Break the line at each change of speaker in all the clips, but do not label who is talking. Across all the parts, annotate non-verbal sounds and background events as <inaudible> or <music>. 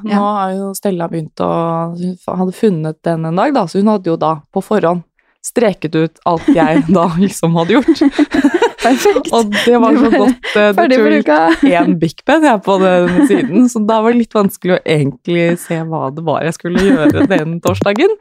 Nå
Ja.
har jo Stella begynt å Hun hadde funnet den en dag, da, så hun hadde jo da på forhånd streket ut alt jeg da <laughs> liksom hadde
<laughs>
gjort.
Perfekt.
Og det var så
Du var
godt. eh, Det
<laughs> Ferdig
tror
for
jeg
uka.
<laughs> én big pen jeg på den siden, så da var det litt vanskelig å egentlig se hva det var jeg skulle gjøre den torsdagen.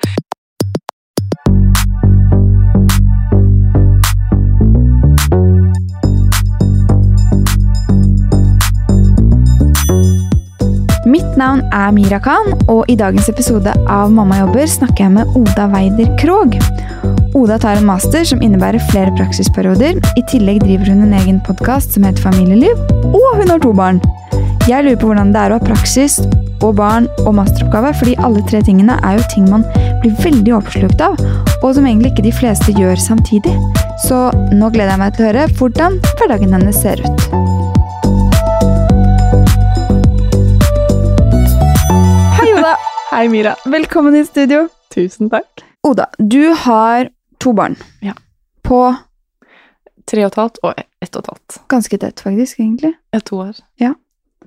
Mitt navn er Mira Khan, og i dagens episode av Mamma jobber snakker jeg med Oda Weider Krog. Oda tar en master som innebærer flere praksisperioder. I tillegg driver hun en egen podkast som heter Familieliv, og hun har to barn. Jeg lurer på hvordan det er å ha praksis og barn og masteroppgave, fordi alle tre tingene er jo ting man blir veldig oppslukt av, og som egentlig ikke de fleste gjør samtidig. Så nå gleder jeg meg til å høre hvordan hverdagen hennes ser ut. Hei, Oda!
Hei, Mira.
Velkommen i studio.
Tusen takk.
Oda, du har to barn.
Ja.
På
Tre og et halvt og ett og et halvt.
ganske tett, faktisk, egentlig.
Eh, To år.
Ja.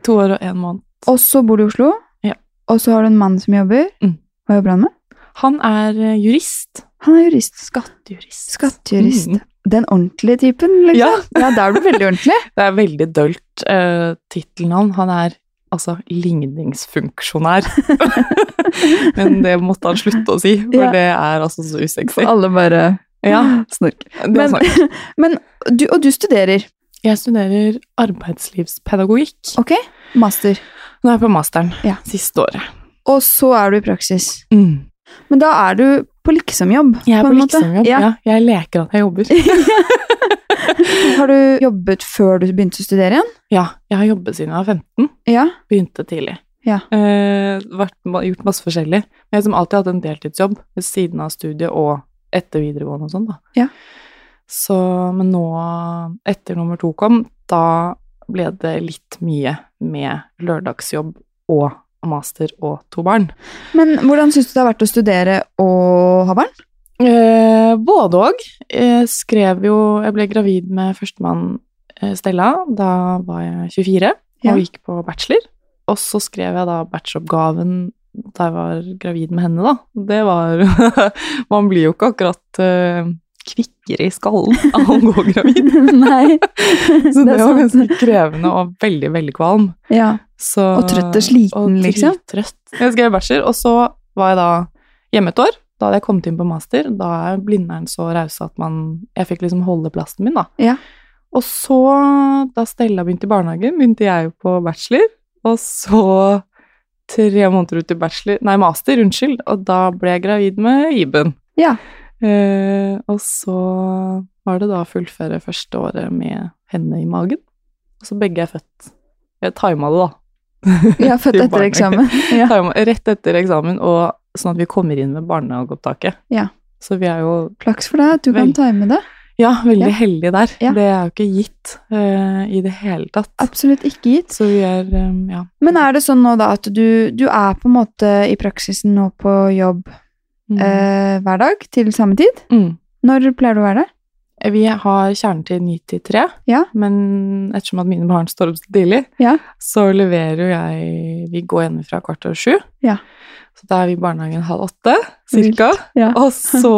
To år og én måned.
Og så bor du i Oslo.
Ja.
Og så har du en mann som jobber.
Mm.
Hva jobber han med?
Han er eh, jurist.
Han er jurist.
Skattejurist.
Skattejurist.
Mm.
Den ordentlige typen, liksom. <laughs> Ja. da er du veldig ordentlig.
Det er veldig dølt uh, tittelnavn. Han er altså ligningsfunksjonær. <laughs> Men det måtte han slutte å si, for
Ja.
det er altså så usexy.
<laughs> Alle bare
Ja,
snorker.
det er
Men-
sant.
Men du, og du studerer.
Jeg studerer arbeidslivspedagogikk.
Ok. Master.
Nå er jeg på masteren.
Ja.
Siste året.
Og så er du i praksis.
Mm.
Men da er du på liksom <laughs> liksomjobb.
Jeg er på,
en måte.
liksomjobb. Ja.
Ja.
jeg leker at jeg jobber.
Har du jobbet før du begynte å studere igjen?
Ja, jeg har jobbet siden jeg var 15.
Ja.
Begynte tidlig.
Ja.
Eh, vært, ma- gjort masse forskjellig. Men jeg har som alltid hatt en deltidsjobb ved siden av studiet og etter videregående og sånn, da.
Ja.
Så, men nå, etter nummer to kom, da ble det litt mye med lørdagsjobb og master og to barn.
Men hvordan syns du det har vært å studere og ha barn?
Eh, både og. Jeg skrev jo Jeg ble gravid med førstemann eh, Stella. Da var jeg 24
Ja.
og gikk på bachelor. Og så skrev jeg da bacheloroppgaven da jeg var gravid med henne, da. Det var <laughs> Man blir jo ikke akkurat eh, kvikkere i skallen av å gå
<laughs>
gravid.
<laughs> Nei.
Så det,
Det
var
er sant.
ganske krevende og veldig, veldig kvalm.
Ja.
Så,
Og trøtt og sliten, liksom.
drittrøtt. Jeg skrev bachelor, og så var jeg da hjemme et år. Da hadde jeg kommet inn på master. Da er Blindern så rause at man Jeg fikk liksom holde plassen min, da.
Ja.
Og så, da Stella begynte i barnehagen, begynte jeg jo på bachelor. Og så, tre måneder ut i bachelor Nei, master, unnskyld. Og da ble jeg gravid med Iben.
Ja.
Eh, og så var det da å fullføre første året med henne i magen. Og så begge er født. Jeg tima det, da.
Jeg har født
I
etter
barnehagen.
<laughs> eksamen. Ja.
Tar med- Rett etter eksamen, og sånn at vi kommer inn med barnehageopptaket.
Ja.
Så vi er jo
Flaks for deg at du
Vel.
kan time det.
ja, veldig
Ja.
heldige der.
Ja.
Det er jo ikke gitt eh, i det hele tatt.
Absolutt ikke gitt.
Så vi er eh, ja.
Men er det sånn nå da at du, du er på en måte i praksisen nå på jobb
Mm.
eh, hver dag til samme tid?
Mm.
Når pleier du å være det?
Vi har kjernetid 9 til 3,
Ja.
men ettersom at mine barn står opp så tidlig,
Ja.
så leverer jo jeg Vi går hjemmefra kvart over sju.
Ja.
Så da er vi i barnehagen halv åtte, cirka.
Ja.
Og så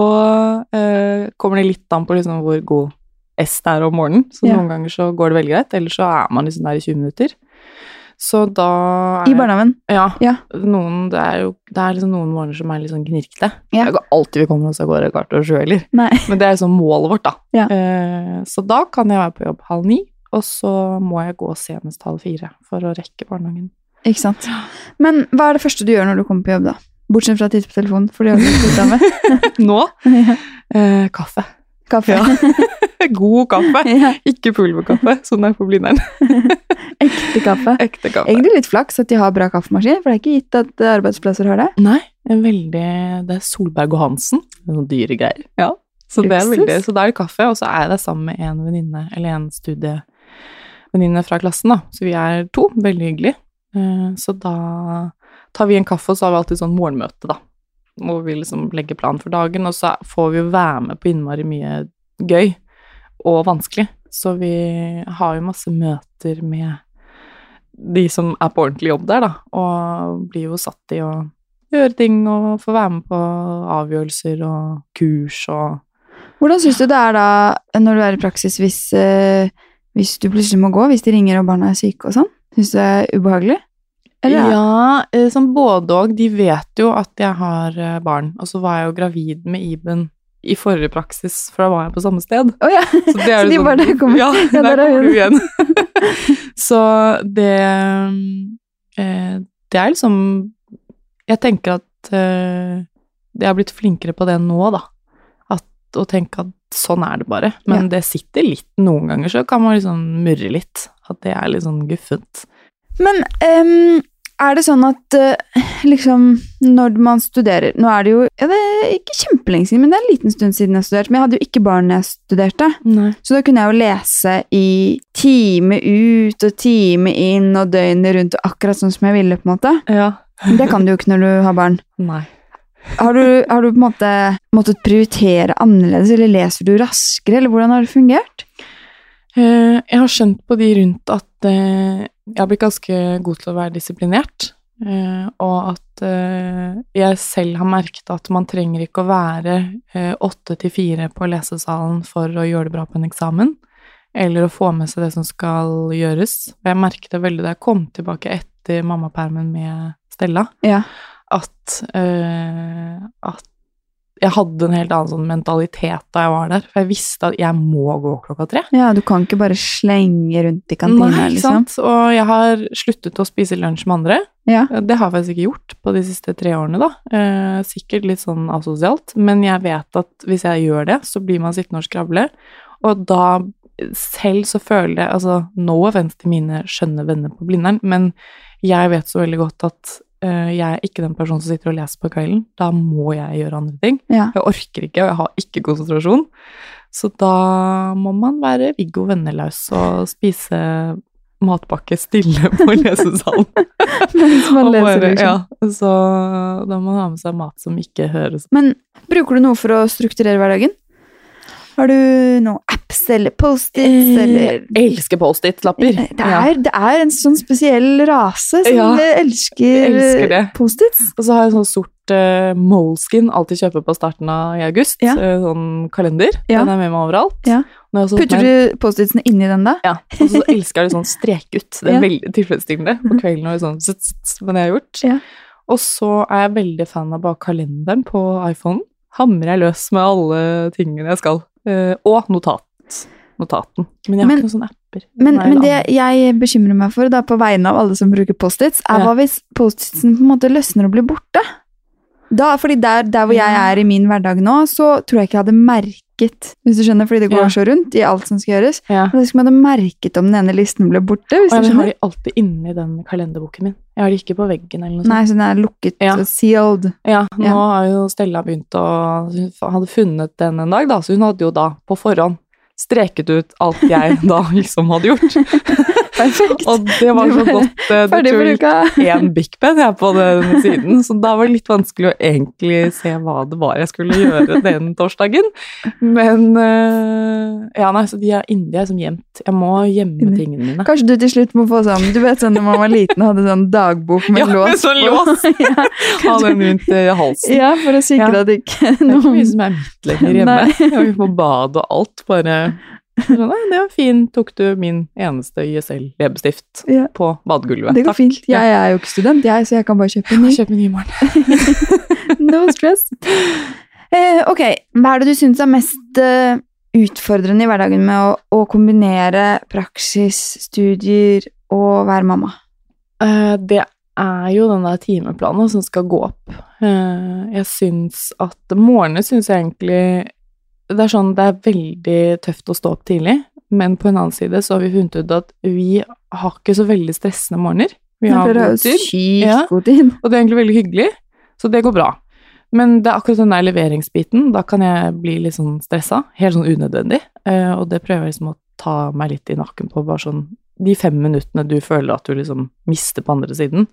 eh, kommer det litt an på liksom hvor god S det er om morgenen. Så
Ja.
noen ganger så går det veldig greit, eller så er man liksom der i 20 minutter. Så da er-
I barnehagen?
Ja.
Ja.
Noen, det er jo det er liksom noen morgener som er litt sånn knirkete.
Ja.
Det er ikke alltid vi kommer oss av gårde kvart over sju heller.
Nei.
<laughs> Men det er liksom målet vårt, da.
Ja.
Eh, så da kan jeg være på jobb halv ni, og så må jeg gå senest halv fire for å rekke barnehagen.
Ikke sant. Men hva er det første du gjør når du kommer på jobb, da? Bortsett fra å titte på telefonen, for det gjør du ikke slutta med.
<laughs> Nå
<laughs> Ja.
eh, kaffe.
Kaffe.
<laughs> God kaffe.
Ja.
<laughs> Ikke pulverkaffe, som det er på Blindern.
<laughs> Ekte kaffe.
<laughs> Ekte kaffe.
Egentlig litt flaks at de har bra kaffemaskin, for det er ikke gitt at eh, arbeidsplasser har det.
Nei, en veldig Det er Solberg og Hansen. Det er Noen dyre greier. Ja. Så, det er
Luksus.
veldig, så da er det kaffe, og så er jeg der sammen med en venninne, eller en studievenninne fra klassen, da. Så vi er to. Veldig hyggelig. Eh, Så da tar vi en kaffe, og så har vi alltid sånn morgenmøte, da. Hvor vi liksom legger plan for dagen, og så får vi jo være med på innmari mye gøy og vanskelig. Så vi har jo masse møter med de som er på ordentlig jobb der, da, og blir jo satt i å gjøre ting og få være med på avgjørelser og kurs og
Hvordan syns du det er da når du er i praksis hvis, eh, hvis du plutselig må gå, hvis de ringer og barna er syke og sånn? Syns du det er ubehagelig? Eller?
Ja, eh, sånn både og. De vet jo at jeg har eh, barn, og så var jeg jo gravid med Iben i forrige praksis, for da var jeg på samme sted.
Å ja.
Så, det er
<laughs> Så
jo
de
sånn-
bare kommer.
Ja,
Ja,
der
der er
kommer du
<laughs>
igjen. <laughs> så det eh, Det er liksom Jeg tenker at eh, jeg har blitt flinkere på det nå, da. At, å tenke at sånn er det bare. Men det sitter litt noen ganger, så kan man liksom murre litt. At det er litt sånn guffent.
Men ehm, er det sånn at eh, liksom når man studerer Nå er det jo ja, det er ikke kjempelenge siden, men det er en liten stund siden jeg har studert. Men jeg hadde jo ikke barn da jeg studerte,
Nei.
så da kunne jeg jo lese i time ut og time inn og døgnet rundt og akkurat sånn som jeg ville, på en måte.
Ja.
Men Det kan du jo ikke når du har barn.
Nei.
Har du, har du på en måte måttet prioritere annerledes, eller leser du raskere, eller hvordan har det fungert?
Eh, Jeg har skjønt på de rundt at eh, jeg har blitt ganske god til å være disiplinert, eh, og at eh, jeg selv har merket at man trenger ikke å være eh, åtte til fire på lesesalen for å gjøre det bra på en eksamen, eller å få med seg det som skal gjøres. Og jeg merket det veldig da jeg kom tilbake etter mammapermen med Stella,
Ja.
at, eh, at jeg hadde en helt annen sånn mentalitet da jeg var der, for jeg visste at jeg må gå klokka tre.
Ja, du kan ikke bare slenge rundt i kantina,
Nei, ikke
liksom.
sant? Og jeg har sluttet å spise lunsj med andre.
Ja.
Det har jeg faktisk ikke gjort på de siste tre årene, da. Eh, sikkert litt sånn asosialt, men jeg vet at hvis jeg gjør det, så blir man sittende og skravle, og da selv så føler jeg Altså, no offense til mine skjønne venner på Blindern, men jeg vet så veldig godt at eh, jeg er ikke den personen som sitter og leser på kvelden. Da må jeg gjøre andre ting.
Ja. <laughs>
Jeg orker ikke, og jeg har ikke konsentrasjon. Så da må man være Viggo Vennelaus og spise matpakke stille
<laughs>
på lesesalen.
Mens man
Og
leser,
bare-
liksom.
ja, så da må man ha med seg mat som ikke høres
Men bruker du noe for å strukturere hverdagen? Har du noen apps eller Post-its eller
Jeg elsker Post-It-lapper.
det
Eh, Ja.
er, det er en sånn spesiell rase som
Ja,
elsker,
elsker det.
Post-its.
Og så har jeg sånn sort eh, Moleskin, alltid kjøper på starten av i august.
Ja.
eh, sånn kalender.
Ja.
Den er med meg overalt.
Ja.
Nå har jeg også tatt
Putter
med-
du Post-itsene inni den, da?
Ja, og så elsker jeg det sånn strekutt. Det er
Ja. Mhm.
veldig tilfredsstillende på kvelden og sånn zzz, zzz, hva det har jeg gjort.
Ja.
Og så er jeg veldig fan av bare kalenderen på iPhone. Hamrer jeg løs med alle tingene jeg skal. Eh, og notat. Notaten. Men jeg har
Men-
ikke noen sånne apper.
Men,
Nei,
men
da.
det jeg bekymrer meg for da, på vegne av alle som bruker Post-its, er
Ja.
hva hvis Post-itsen på en måte løsner og blir borte? Da, fordi der, der hvor jeg
Ja.
er i min hverdag nå, så tror jeg ikke jeg hadde merket Hvis du skjønner, fordi det går
Ja.
så rundt i alt som skal gjøres.
ja.
Og det skulle man hadde merket om den ene listen ble borte. hvis
Og
du
jeg har
skjønner.
de alltid inni den kalenderboken min. Jeg har de ikke på veggen eller noe sånt.
Nei, så den er lukket
Ja. <laughs>
og sealed.
Ja, nå
Ja.
har jo Stella begynt å Hun hadde funnet den en dag, da, så hun hadde jo da på forhånd streket ut alt jeg da <laughs> liksom hadde gjort.
Perfekt.
Og det var
Du
så
var
godt. eh, Det
Ferdig
tror
for
jeg
uka.
én Big Ben jeg på den siden, så da var det litt vanskelig å egentlig se hva det var jeg skulle gjøre den torsdagen. Men eh, Ja, nei, så de er inni de er som gjemt. Jeg må gjemme
Inni.
tingene mine.
<laughs> Kanskje du til slutt må få sånn Du vet sånn når man var liten og hadde sånn dagbok med
Ja, med
lås
sånn
på.
lås.
ja,
Ha den rundt eh, halsen.
<laughs> ja, for å sikre
Ja.
at ikke
Det er ikke
noen
mye som er mitt lenger hjemme. <laughs>
Nei.
Jeg var på badet og alt, bare sånn, Nei, det var fint. Tok du min eneste YSL-leppestift
Ja.
på badegulvet?
Det går fint. Jeg er jo ikke student, jeg, så jeg kan
<laughs>
bare kjøpe en ny.
Kjøp en ny i morgen.
<laughs> No stress. Eh, ok, hva er det du syns er mest eh, utfordrende i hverdagen med å, å kombinere praksis, studier og være mamma?
Eh, det er jo den der timeplanen som skal gå opp. Eh, jeg syns at morgenene syns jeg egentlig Det er sånn det er veldig tøft å stå opp tidlig, men på en annen side så har vi funnet ut at vi har ikke så veldig stressende morgener. Vi
Nei,
har
Dere har
god
jo
tid,
sykt
Ja.
god tid.
og det er egentlig veldig hyggelig, så det går bra. Men det er akkurat den der leveringsbiten. Da kan jeg bli litt sånn stressa. Helt sånn unødvendig. Eh, og det prøver jeg liksom å ta meg litt i nakken på. Bare sånn De fem minuttene du føler at du liksom mister på andre siden,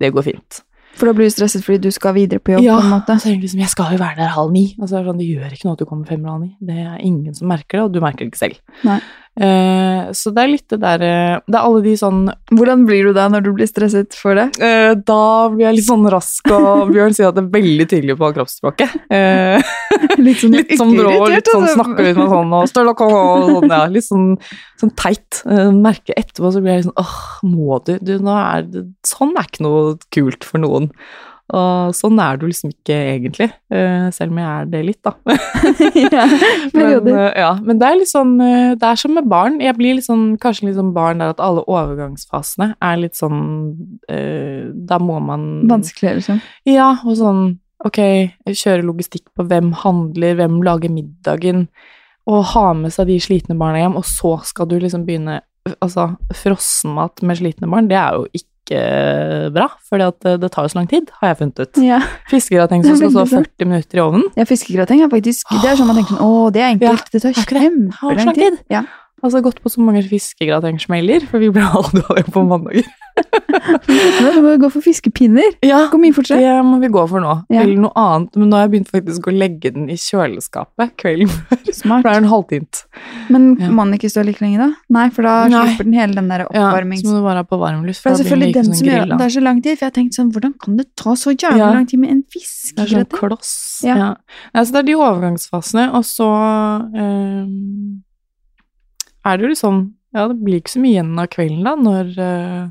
det går fint.
For da blir du stresset fordi du skal videre på jobb,
ja,
på en måte.
så tenker jeg liksom, jeg skal jo være der halv ni. Og så er det sånn, det gjør ikke noe at du kommer fem eller halv ni. Det er ingen som merker det, og du merker det ikke selv.
Nei.
Eh, så det er litt det der eh, Det er alle de sånn
Hvordan blir du da når du blir stresset for det?
eh, Da blir jeg litt sånn rask, og Bjørn sier at det er veldig tydelig på kroppsspråket. Eh,
Litt sånn,
litt sånn rå,
ikke irritert,
litt sånn
altså.
snakker
<laughs>
litt med sånn og støl og kom og sånn, ja. Litt sånn, sånn teit. Eh, Merker etterpå så blir jeg litt sånn åh, må du? Du, nå er det Sånn er ikke noe kult for noen. Og sånn er du liksom ikke egentlig, eh, selv om jeg er det litt, da.
ja,
Men,
perioder.
eh, ja, men det er litt sånn eh, Det er som med barn. Jeg blir litt sånn, kanskje litt sånn barn der at alle overgangsfasene er litt sånn eh, Da må man
Vanskeligere, liksom.
Ja, og sånn Ok, kjøre logistikk på hvem handler, hvem lager middagen, og ha med seg de slitne barna hjem, og så skal du liksom begynne Altså, frossenmat med slitne barn, det er jo ikke bra, for det, det tar jo så lang tid, har jeg funnet ut.
Ja.
Fiskegrateng
Mm. Det er
som skal stå
veldig sant.
40 minutter i ovnen,
Ja, fiskegrateng er faktisk Det er sånn man tenker sånn Å, det er enkelt. Det tar
er ikke det? Har så
kjempelang
lang
tid. Ja.
Altså gått på så mange fiskegratengsmeller, for vi ble <laughs> aldri av det på mandager.
Men Du må jo gå for fiskepinner.
Ja,
Gå mye fortere.
det må vi gå for nå.
Ja.
Eller noe annet, men nå har jeg begynt faktisk å legge den i kjøleskapet kvelden før. For det
Smart.
er en halvtint.
Men
Ja.
må den ikke stå like lenge, da? Nei, for da
Nei.
slipper den hele den der
Ja, så
oppvarmings...
må du være på varm luft.
For det er
da blir
selvfølgelig
ikke sånn
den som gjør at
grilla.
det er så lang tid. For jeg har tenkt sånn, hvordan kan det ta så jævlig
Ja.
lang tid med en
Det er sånn
fiskegrateng?
kloss.
Ja.
Ja. Nei, så det er de overgangsfasene, og så ehm, er det jo liksom Ja, det blir ikke så mye igjen av kvelden da, når eh,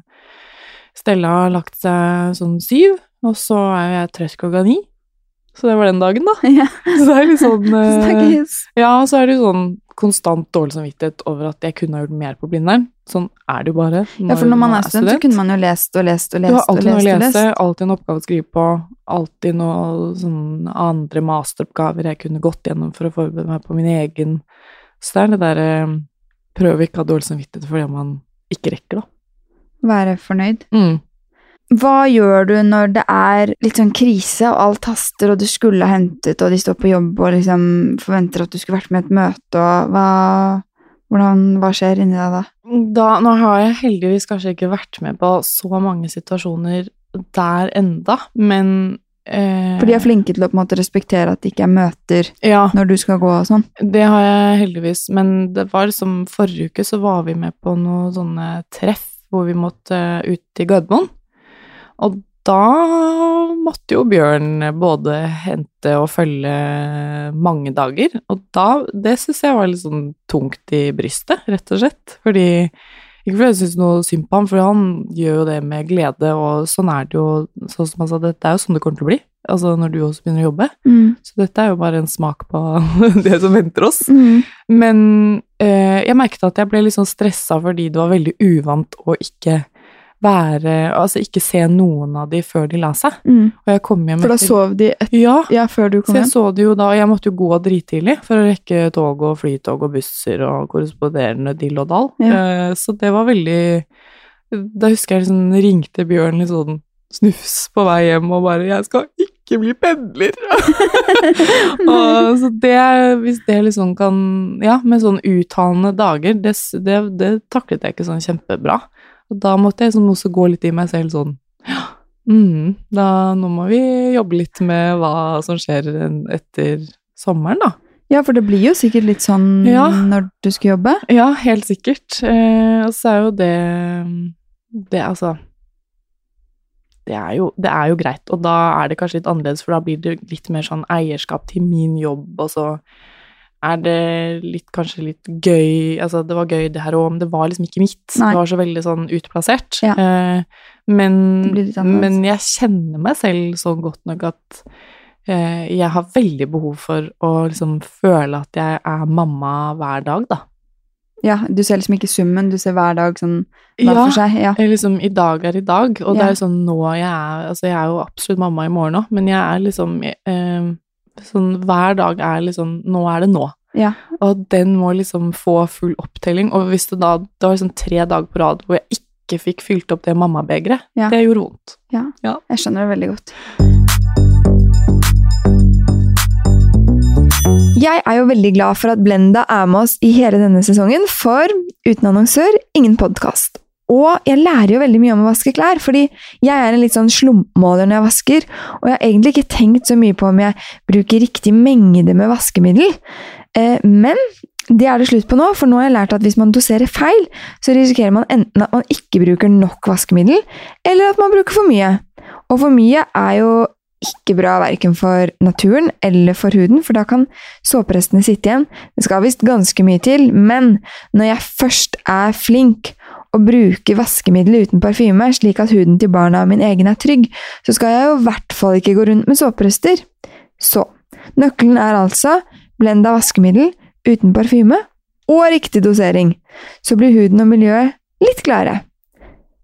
Stella har lagt seg sånn syv, og så er jeg trøtt klokka ni. Så det var den dagen, da.
<laughs>
<laughs>
Ja.
Så det er litt sånn eh,
Snakkes.
Ja, og så er det jo sånn konstant dårlig samvittighet over at jeg kunne ha gjort mer på Blindern. Sånn er det jo bare.
Ja, for når man er student, så kunne man jo lest og lest og
Du har
lest og
alltid noe å
lest. og
lese,
lest.
alltid en oppgave å skrive på, alltid noen sånn andre masteroppgaver jeg kunne gått gjennom for å forberede meg på min egen. Så det er det derre Prøv å ikke ha dårlig samvittighet for det man ikke rekker, da.
Være fornøyd. Hva gjør du når det er litt sånn krise, og alt haster, og du skulle ha hentet, og de står på jobb og liksom forventer at du skulle vært med i et møte, og hva, hvordan, hva skjer inni deg da?
Da, nå har jeg heldigvis kanskje ikke vært med på så mange situasjoner der enda, men eh,
For de er flinke til å på en måte respektere at det ikke er møter
Ja,
når du skal gå og sånn.
det har jeg heldigvis. Men det var liksom forrige uke så var vi med på noen sånne treff hvor vi måtte eh, ut til Gardermoen. Og da måtte jo Bjørn både hente og følge mange dager. Og da Det syns jeg var litt sånn tungt i brystet, rett og slett. Fordi ikke fordi jeg syns noe synd på ham, for han gjør jo det med glede, og sånn er det jo, sånn som han sa, det er jo sånn det kommer til å bli. Altså når du også begynner å jobbe. Så dette er jo bare en smak på <laughs> det som venter oss.
Mm.
Men eh, jeg merket at jeg ble litt sånn stressa fordi det var veldig uvant å ikke være Altså ikke se noen av de før de la seg.
Mm.
Og jeg kom hjem
For da
etter-
sov de et,
Ja.
ja, før du
Så
kom
jeg
hjem.
så det jo da, og jeg måtte jo gå drittidlig for å rekke tog og flytog og busser og korresponderende dill og dall. Eh, Så det var veldig Da husker jeg liksom ringte Bjørn litt sånn snufs på vei hjem og bare 'Jeg skal ikke bli pendler'.
<laughs>
og, så det, hvis det liksom kan Ja, med sånn uttalende dager, det, s- det, det taklet jeg ikke sånn kjempebra. Og da måtte jeg liksom også gå litt i meg selv sånn Mm, da, nå må vi jobbe litt med hva som skjer en- etter sommeren, da.
Ja, for det blir jo sikkert litt sånn
Ja.
når du skal jobbe.
<laughs> Ja, helt sikkert. Eh, og så er jo det Det, altså det er, jo, det er jo greit, og da er det kanskje litt annerledes, for da blir det litt mer sånn eierskap til min jobb, og så er det litt, kanskje litt gøy Altså, det var gøy det her òg, men det var liksom ikke mitt.
Nei.
Det var så veldig sånn utplassert.
Ja.
Eh, men
Det blir litt annerledes.
men jeg kjenner meg selv så godt nok at eh, jeg har veldig behov for å liksom føle at jeg er mamma hver dag, da.
Ja, du ser liksom ikke summen, du ser hver dag sånn hver for seg. Ja.
Jeg liksom i dag er i dag, og det
Ja.
er sånn nå jeg er Altså, jeg er jo absolutt mamma i morgen òg, men jeg er liksom eh, Sånn hver dag er liksom Nå er det nå.
Ja.
Og den må liksom få full opptelling. Og hvis det da Det var liksom tre dager på rad hvor jeg ikke fikk fylt opp det mammabegeret,
Ja.
det gjorde vondt.
Jeg skjønner det veldig godt. Jeg er jo veldig glad for at Blenda er med oss i hele denne sesongen, for uten annonsør, ingen podkast. Og jeg lærer jo veldig mye om å vaske klær, fordi jeg er en litt sånn slumpmåler når jeg vasker, og jeg har egentlig ikke tenkt så mye på om jeg bruker riktig mengde med vaskemiddel. Eh, Men Det er det slutt på nå, for nå har jeg lært at hvis man doserer feil, så risikerer man enten at man ikke bruker nok vaskemiddel, eller at man bruker for mye. Og for mye er jo ikke bra verken for naturen eller for huden, for da kan såperestene sitte igjen. Det skal visst ganske mye til, men når jeg først er flink og bruker vaskemiddel uten parfyme, slik at huden til barna og min egen er trygg, så skal jeg jo i hvert fall ikke gå rundt med såperester. Så nøkkelen er altså blenda vaskemiddel uten parfyme og riktig dosering, så blir huden og miljøet litt gladere.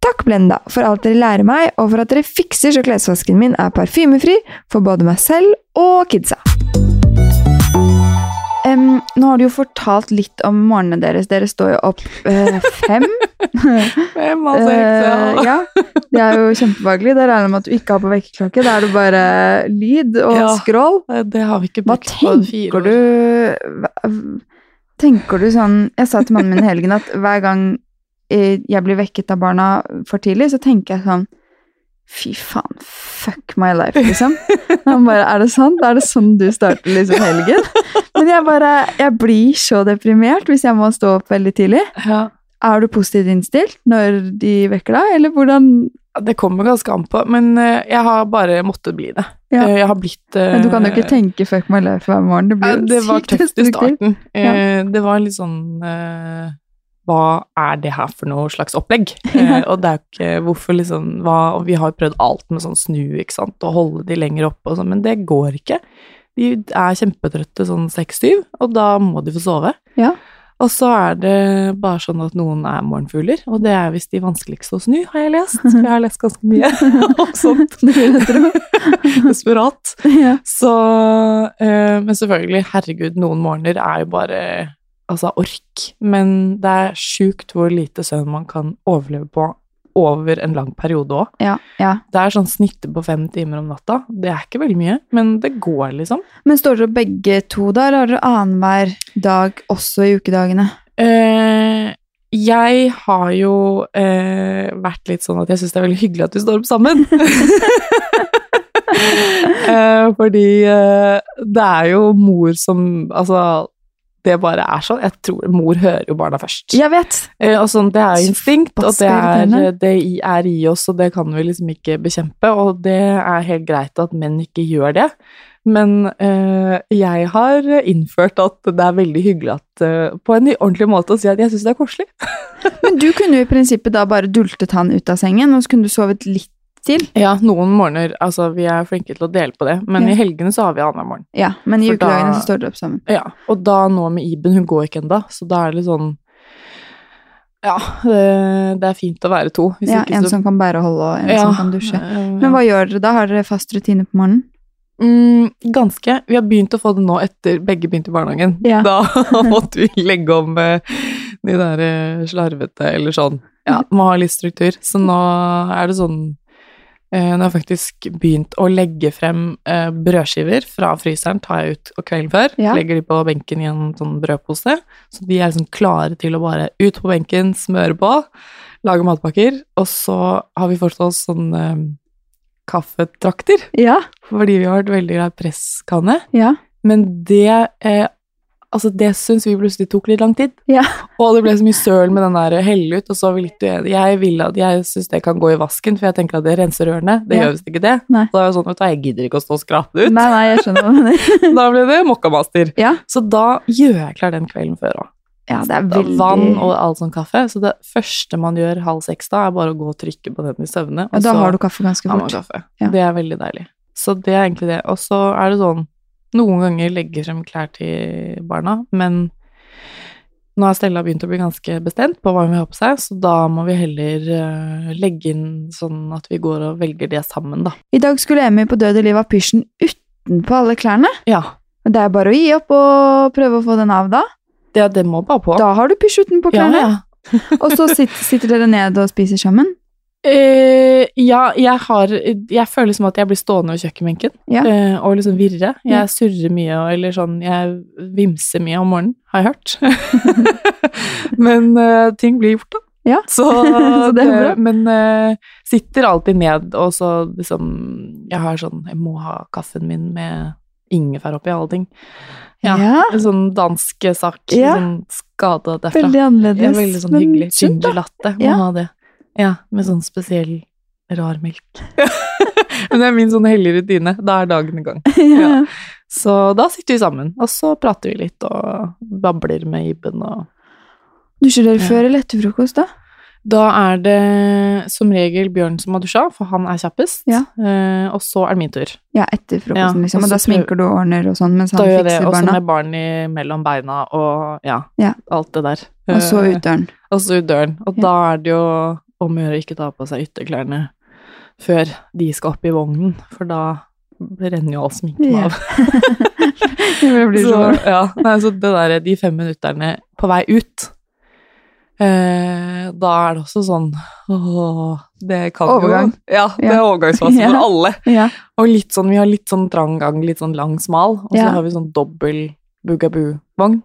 Takk, Blenda, for alt dere lærer meg, og for at dere fikser så klesvasken min er parfymefri for både meg selv og kidsa. Em, nå har du jo fortalt litt om morgenene deres. Dere står jo opp eh, fem.
Hvem altså
Eh,
ikke
ja, Det er jo kjempebehagelig. Da regner jeg med at du ikke har på vekkerklokke. Da er det bare lyd og
Ja.
skrål.
Det har vi ikke
Hva
brukt på fire
tenker
år.
du hva- Tenker du sånn Jeg sa til mannen min i helgen at hver gang eh, jeg blir vekket av barna for tidlig, så tenker jeg sånn Fy faen, fuck my life, liksom. Han bare Er det sant? Er det sånn du starter liksom helgen? Men jeg bare Jeg blir så deprimert hvis jeg må stå opp veldig tidlig.
Ja.
Er du positivt innstilt når de vekker deg, eller hvordan
Det kommer ganske an på, men eh, jeg har bare måttet bli det.
Ja.
Eh, Jeg har blitt eh,
Men Du kan jo ikke tenke 'fuck my life' hver morgen. Det
Ja,
blir
det
jo
var
sykt
tøft i
destruktivt.
starten. Eh, Det var litt sånn eh, Hva er det her for noe slags opplegg? Eh, og det er jo ikke hvorfor liksom hva, og Vi har jo prøvd alt med sånn snu, ikke sant, og holde de lenger oppe og sånn, men det går ikke. De er kjempetrøtte sånn seks-syv, og da må de få sove.
Ja.
Og så er det bare sånn at noen er morgenfugler, og det er visst de vanskeligste å snu, har jeg lest. For jeg har lest ganske mye
<laughs>
om sånt.
Det vil jeg tro.
Desperat. <laughs>
Ja.
Så, eh, men selvfølgelig, herregud, noen morgener er jo bare altså, ork. Men det er sjukt hvor lite søvn man kan overleve på over en lang periode òg.
Ja, ja.
Det er sånn snittet på fem timer om natta. Det er ikke veldig mye, men det går, liksom.
Men står dere opp begge to da, eller har dere annenhver dag også i ukedagene?
Eh, jeg har jo eh, vært litt sånn at jeg syns det er veldig hyggelig at vi står opp sammen. eh, fordi eh, det er jo mor som Altså, det bare er sånn. Jeg tror mor hører jo barna først.
Jeg vet!
Eh, og sånn, det er jo instinkt, og det er, eh,
irriterende.
det i- er i oss, og det kan vi liksom ikke bekjempe. Og det er helt greit at menn ikke gjør det. Men eh, jeg har innført at det er veldig hyggelig at eh, På en ordentlig måte å si at jeg syns det er koselig.
Men du kunne jo i prinsippet da bare dultet han ut av sengen, og så kunne du sovet litt til.
Ja, noen morgener Altså, vi er flinke til å dele på det, men
Ja.
i helgene så har vi annenhver morgen.
Ja, men i
For da-
ukedagene så står dere opp sammen.
Ja, og da nå med Iben, hun går ikke ennå, så da er det litt sånn Ja, det, det er fint å være to. Hvis
Ja,
ikke
en
så
som kan bære og holde, og en
Ja,
som kan dusje.
eh,
Men hva gjør dere da? Har dere fast rutine på morgenen?
Mm, ganske. Vi har begynt å få det nå etter begge begynte i barnehagen.
Ja.
<laughs> Da måtte vi legge om eh, de der eh, slarvete eller sånn. Ja,
Mhm.
må ha litt struktur. Så nå er det sånn eh, Nå har jeg faktisk begynt å legge frem eh, brødskiver fra fryseren, tar jeg ut og kvelden før.
Ja.
Legger de på benken i en sånn brødpose. Så de er liksom klare til å bare ut på benken, smøre på, lage matpakker. Og så har vi fått oss sånn eh, kaffetrakter
Ja,
fordi vi har vært veldig glad i presskanne.
ja.
Men det eh, Altså, det syns vi plutselig tok litt lang tid.
Ja.
Og det ble så mye søl med den der helle ut, og så var vi litt uenige. Jeg vil at, jeg syns det kan gå i vasken, for jeg tenker at det renser rørene. Det
Ja.
gjør visst ikke det.
Nei.
Da er det sånn at jeg gidder ikke å stå og skrape det
Nei,
ut.
nei, jeg skjønner hva du mener.
<laughs> Da ble det mokkamaster.
Ja.
Så da gjør jeg klar den kvelden før òg.
Ja, det er veldig...
Vann og all sånn kaffe. Så det første man gjør halv seks da, er bare å gå og trykke på den i søvne.
Ja,
og
da
så-
har du kaffe
altså-
ganske
ja, med
fort.
kaffe.
Ja.
Det er veldig deilig. Så det er egentlig det. Og så er det sånn Noen ganger legge frem klær til barna, men nå har Stella begynt å bli ganske bestemt på hva hun vil ha på seg, så da må vi heller eh, legge inn sånn at vi går og velger det sammen, da.
I dag skulle Emmy på Død og liv av pysjen utenpå alle klærne.
Ja.
Men Det er bare å gi opp og prøve å få den av da.
Det, det må bare på.
Da har du pysj utenpå
ja,
klærne.
ja.
Og så sitter, sitter dere ned og spiser sammen?
Eh, ja, jeg har Jeg føler som at jeg blir stående ved kjøkkenbenken
Ja.
eh, og liksom virre. Jeg
Ja.
surrer mye og eller sånn Jeg vimser mye om morgenen, har jeg hørt.
<laughs>
men eh, ting blir gjort, da.
Ja.
<laughs> Så,
<laughs> Så det er bra.
Men eh, sitter alltid ned, og så liksom Jeg har sånn Jeg må ha kaffen min med ingefær oppi alle ting. Ja,
Ja.
En sånn dansk sak.
Ja.
Sånn skade derfra.
Veldig
Ja,
annerledes.
veldig sånn
men
hyggelig.
sunt, da.
Ginger latte. Må
Ja.
ha det. Ja, med sånn spesiell rar melk. <laughs> Men det er min sånn hellige rutine. Da er dagen i gang.
<laughs> ja.
Ja. Så da sitter vi sammen, og så prater vi litt og babler med Iben og
Dusjer dere
Ja.
før eller etter frokost, da?
Da er det som regel Bjørn som har dusja, for han er kjappest.
Ja.
Eh, og så er det min tur.
Ja, etter frokosten,
Ja, og
liksom.
så
Og da sminker du og ordner og sånn mens han
da gjør jeg det,
fikser
Og så
barna.
med barn i- mellom beina og ja,
Ja.
alt det der.
Og så
Eh,
ut
<laughs>
døren.
og så ut døren. Og
Ja.
da er det jo om å gjøre å ikke ta på seg ytterklærne før de skal opp i vognen, for da renner jo all sminken
Ja.
av.
Det blir så
<laughs> Så, ja. Nei, så det der, de fem minutterne på vei ut eh, Da er det også sånn åh, det kan
Overgang.
Jo, ja, det er
Ja.
overgangsfase
<laughs> Ja.
for alle.
Ja.
Og litt sånn, vi har litt sånn trang gang, litt sånn lang, smal, og så
Ja.
har vi sånn dobbel bugaboo-vogn.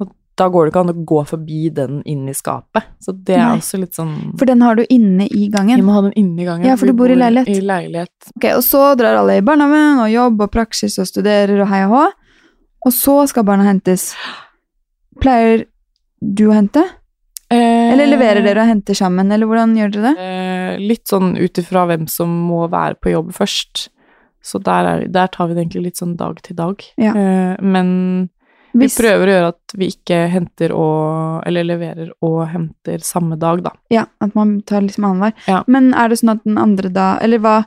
Og da går det ikke an å gå forbi den inn i skapet. Så det er
Nei.
også litt sånn
For den har du inne i
Vi
gangen.
må ha den inne i gangen.
Ja, for
vi
du bor i leilighet.
I leilighet.
Ok, Og så drar alle i barnehagen og jobb og praksis og studerer og hei og hå. Og så skal barna hentes. Pleier du å hente? Eller leverer dere og henter sammen? Eller hvordan gjør dere det?
Eh, litt sånn ut ifra hvem som må være på jobb først. Så der, er, vi- der tar vi det egentlig litt sånn dag til dag.
Ja.
Eh, men
Hvis-
vi prøver å gjøre at vi ikke henter og Eller leverer og henter samme dag, da.
Ja, at man tar liksom annenhver.
Ja.
Men er det sånn at den andre da Eller hva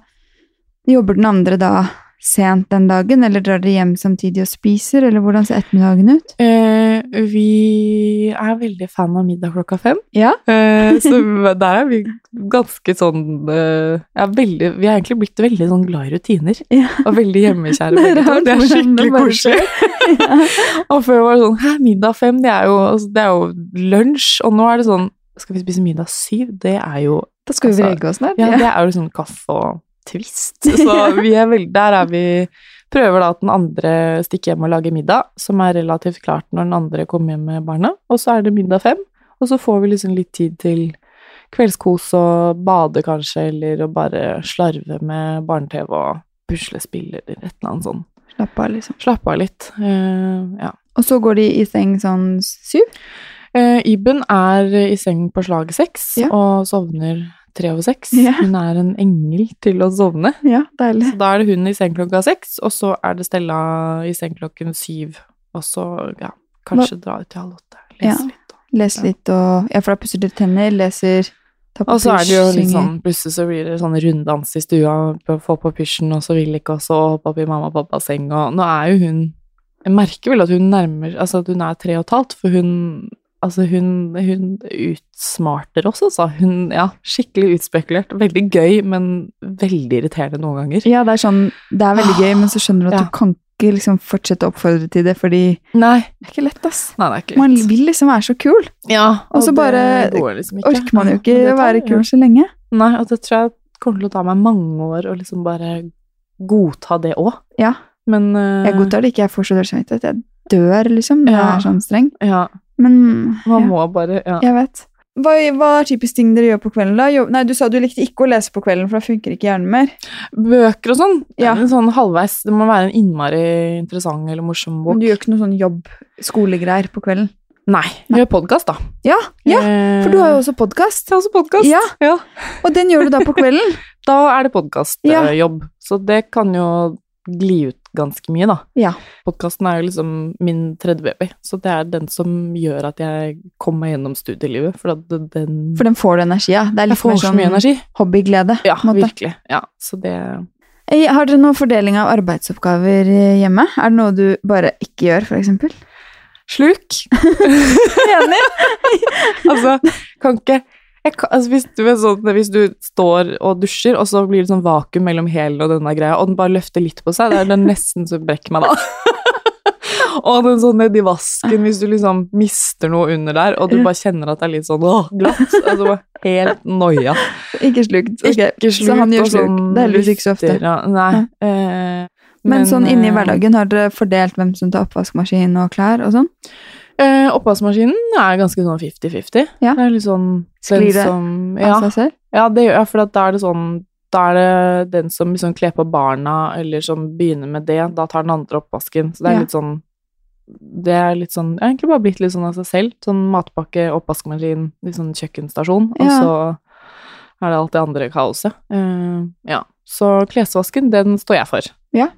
Jobber den andre da sent den dagen, eller drar dere hjem samtidig og spiser, eller hvordan ser ettermiddagen ut?
Eh, vi er veldig fan av middag klokka fem.
<laughs> Ja.
Eh, så der er vi ganske sånn eh, ja, veldig, Vi er egentlig blitt veldig sånn glad i rutiner.
Ja.
Og veldig hjemmekjære.
<laughs> Det er
begge to.
rart
Det er
hvordan det
skikkelig
bare
koselig.
<laughs>
Og før var det sånn Hæ, middag fem? Det er jo, altså, det er jo lunsj. Og nå er det sånn Skal vi spise middag syv? Det er jo
Da skal vi
Altså,
vrege oss snart.
Ja, det er jo sånn kaffe og twist.
<laughs>
Så vi er veldig Der er vi Prøver da at den andre stikker hjem og lager middag, som er relativt klart når den andre kommer hjem med barna. Og så er det middag fem, og så får vi liksom litt tid til kveldskos og bade kanskje, eller å bare slarve med barne-TV og puslespiller eller et eller annet sånn.
Slapp av, liksom.
Slappe av litt. Eh, ja.
Og så går de i seng sånn syv?
Eh, Iben er i seng på slaget seks
Ja.
og sovner tre over seks.
Ja.
Hun er en engel til å sovne.
Ja, deilig.
Så da er det hun i seng klokka seks, og så er det Stella i seng klokken syv. Og så, ja, kanskje dra ut til halv åtte, lese
Ja.
litt. og-
Les litt og Ja, for da pusser dere tenner, leser, tar på
Og så er det jo
pysj,
litt
synger.
sånn, plutselig så blir det sånn runddans i stua, prøve å få på pysjen, og så vil ikke, og så hoppe opp i mamma og pappas seng, og nå er jo hun, jeg merker vel at hun nærmer, altså at hun er tre og et halvt, for hun, altså hun, hun utsmarter oss, altså. Hun, ja, skikkelig utspekulert, veldig gøy, men veldig irriterende noen ganger.
Ja, det er sånn Det er veldig gøy, men så skjønner du
Ja.
at du kan ikke liksom fortsette å oppfordre til det, fordi
Nei,
det er ikke lett, ass.
nei, det er ikke
Man
lett.
vil liksom være så kul.
Ja,
Og så
det
bare
går liksom ikke.
Orker man jo
Ja,
ikke
det
å
tar-
være kul så lenge.
Nei, og det tror jeg kommer til å ta meg mange år å liksom bare godta det òg.
Ja.
Men eh,
Jeg godtar det ikke, jeg får så dårlig samvittighet. Jeg dør, liksom, når jeg
Ja.
er sånn streng.
eh, Ja,
Men
man
ja,
må bare ja.
jeg vet. Hva, hva er typisk ting dere gjør på kvelden, da? Jo, nei, du sa du likte ikke å lese på kvelden, for da funker ikke hjernen mer.
Bøker og sånn.
Ja.
En sånn halvveis. Det må være en innmari interessant eller morsom bok.
Men du gjør ikke noe sånn jobb-skolegreier på kvelden.
Nei. Vi gjør podkast, da.
Ja, ja, for du har jo også podkast.
Jeg har også podkast.
Ja. Og den gjør du da på kvelden.
Da er det podkastjobb,
Ja.
jobb så det kan jo gli ut ganske mye, da.
<laughs> Ja.
Podkasten er jo liksom min tredje baby, så det er den som gjør at jeg kommer meg gjennom studielivet, for at det- den
For den får du energi av. Det er
Jeg
litt mer
får så
sånn
mye energi.
hobbyglede.
Ja,
på en måte.
virkelig. Ja, så det
Eh, Har dere noen fordeling av arbeidsoppgaver eh, hjemme? Er det noe du bare ikke gjør, for <laughs> eksempel?
Sluk.
Enig?
<laughs> Altså, kan ikke jeg kan, altså hvis, du er sånn, hvis du står og dusjer, og så blir det sånn vakuum mellom hælen og denne greia, og den bare løfter litt på seg, det er den nesten som brekker meg da. <laughs> og den sånn nedi vasken, hvis du liksom mister noe under der, og du bare kjenner at det er litt sånn åh, glatt. Altså bare helt noia.
Ikke slukt. ok.
Ikke
så han gjør
og
sluk.
sånn
det er heldigvis ikke så ofte.
vifter, Ja, nei. eh,
Men, sånn inne i
eh,
hverdagen, har dere fordelt hvem som tar oppvaskmaskin og klær og sånn?
Eh, oppvaskmaskinen er ganske sånn 50-50.
Ja.
Det er litt sånn den
Sklir det
som,
Av
ja,
seg selv?
ja, det gjør jeg, for at da er det sånn da er det den som liksom kler på barna, eller som begynner med det, da tar den andre oppvasken. Så det er
Ja.
litt sånn Det er litt sånn Jeg har egentlig bare blitt litt sånn av seg selv. Sånn matpakke, oppvaskmaskin, litt sånn kjøkkenstasjon, og
Ja.
så er det alt det andre kaoset. Eh, ja. Så klesvasken, den står jeg for.
Ja.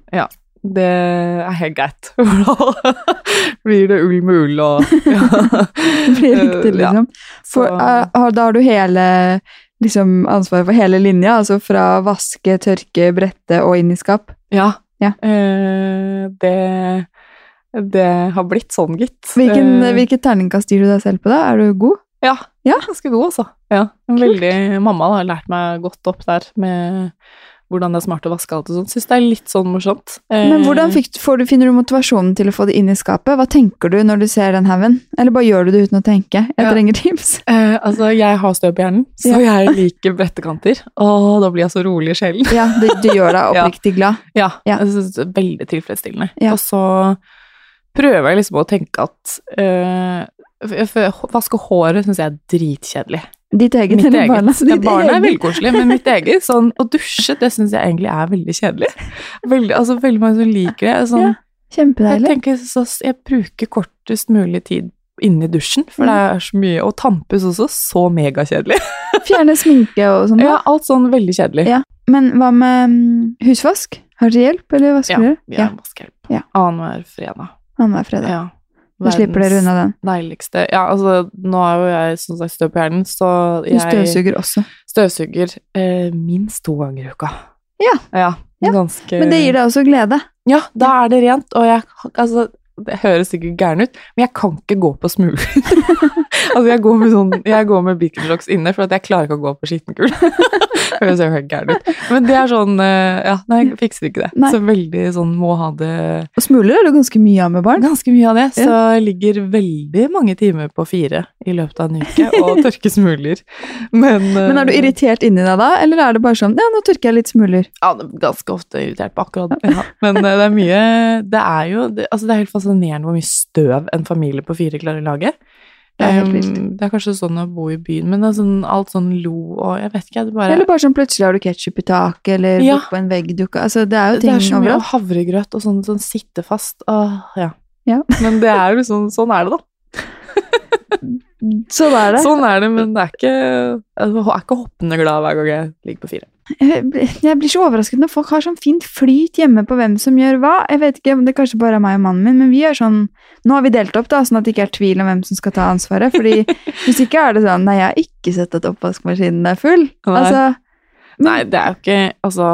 Det er helt greit. <laughs> Da Blir det ull med ull og ja.
<laughs> Det <laughs> blir
Eh, <laughs>
riktig,
Ja.
liksom.
Så-
For, eh, har- da har du hele liksom, ansvaret for hele linja, altså fra vaske, tørke, brette og inn i skap.
Ja.
Ja.
Eh, det, det har blitt sånn, gitt.
Hvilken,
Eh,
hvilket terningkast gir du deg selv på da? Er du god?
Ja.
Ja.
Ganske god, altså. Ja. en
Kult.
Veldig, mamma da, har lært meg godt opp der med hvordan det er smart å vaske alt og sånt. Syns det er litt sånn morsomt. Eh,
Men hvordan fikk, får du, finner du motivasjonen til å få det inn i skapet? Hva tenker du når du ser den haugen? Eller bare gjør du det uten å tenke?
Ja.
Jeg trenger
<laughs>
tips.
eh, Altså, jeg har støv på hjernen, så jeg liker brettekanter. Og da blir jeg så rolig i sjelen.
<laughs> Ja, du, du gjør deg
Ja.
oppriktig glad.
Ja,
Ja.
jeg synes det er veldig tilfredsstillende.
Ja.
Og så prøver jeg liksom å tenke at eh, for- for Vaske håret syns jeg er dritkjedelig.
Ditt eget
Mitt
eller
eget.
barnas?
Ja,
Ditt
barnet er
eget.
veldig koselig, men mitt eget sånn, Å dusje, det syns jeg egentlig er veldig kjedelig. Veldig, altså, veldig mange som liker det. Sånn,
Ja,
jeg
Kjempedeilig.
tenker så, jeg bruker kortest mulig tid inni dusjen, for det er så mye Og tampes også. Så megakjedelig.
Fjerne sminke og sånn. da.
Ja, alt sånn veldig kjedelig.
Ja. Men hva med mm, husvask? Har dere hjelp, eller vasker dere?
Vi har vaskehjelp.
Ja.
Annenhver fredag.
Annenhver fredag.
Ja.
Da slipper dere unna den.
Deiligste Ja, altså, nå er jo jeg som sagt støv på hjernen, så
Du
jeg
støvsuger også.
støvsuker eh, minst to ganger i uka.
Ja.
ja.
Ja,
Ganske
Men det gir deg også glede.
Ja, da er det rent, og jeg altså, Det høres sikkert gæren ut, men jeg kan ikke gå på smuler. <laughs> altså, jeg går med, sånn, jeg går med Birkenstocks inne, for at jeg klarer ikke å gå på skittenkul. <laughs> Det høres jo helt gæren ut. Men det er sånn eh, Ja, nei, jeg fikser ikke det.
Nei.
Så veldig sånn må ha det
Og smuler er det ganske mye av med barn.
Ganske mye av det. Så jeg ligger veldig mange timer på fire i løpet av en uke og tørker smuler. Men, eh,
Men er du irritert inni deg da, eller er det bare sånn ja, nå tørker jeg litt smuler?
Ja, det er ganske ofte irritert på akkurat det. <laughs> Ja. Men eh, det er mye Det er jo det, altså det er helt fascinerende hvor mye støv en familie på fire klarer å lage.
Det er helt
Em,
vilt.
det er kanskje sånn å bo i byen, men det er sånn, alt sånn lo og Jeg vet ikke, det bare
Eller bare sånn plutselig har du ketsjup i taket, eller
Ja.
bort på en vegg du ikke Altså, det er jo
Det
ting
er så mye og
overalt.
havregrøt og sånn, sånn sitte fast. Åh, ja.
Ja.
Men det er jo liksom Sånn er det, da.
Sånn er <laughs> det.
Sånn er det, men det er ikke Jeg er ikke hoppende glad hver gang jeg ligger på fire.
Jeg blir- Jeg blir så overrasket når folk har sånn fint flyt hjemme på hvem som gjør hva. Jeg vet ikke om det kanskje bare er meg og mannen min, men vi er sånn Nå har vi delt opp, da, sånn at det ikke er tvil om hvem som skal ta
<laughs>
ansvaret. Fordi hvis ikke er det sånn Nei, jeg har ikke sett at oppvaskmaskinen er full.
Nei.
Altså,
Nei, det er jo ikke Altså,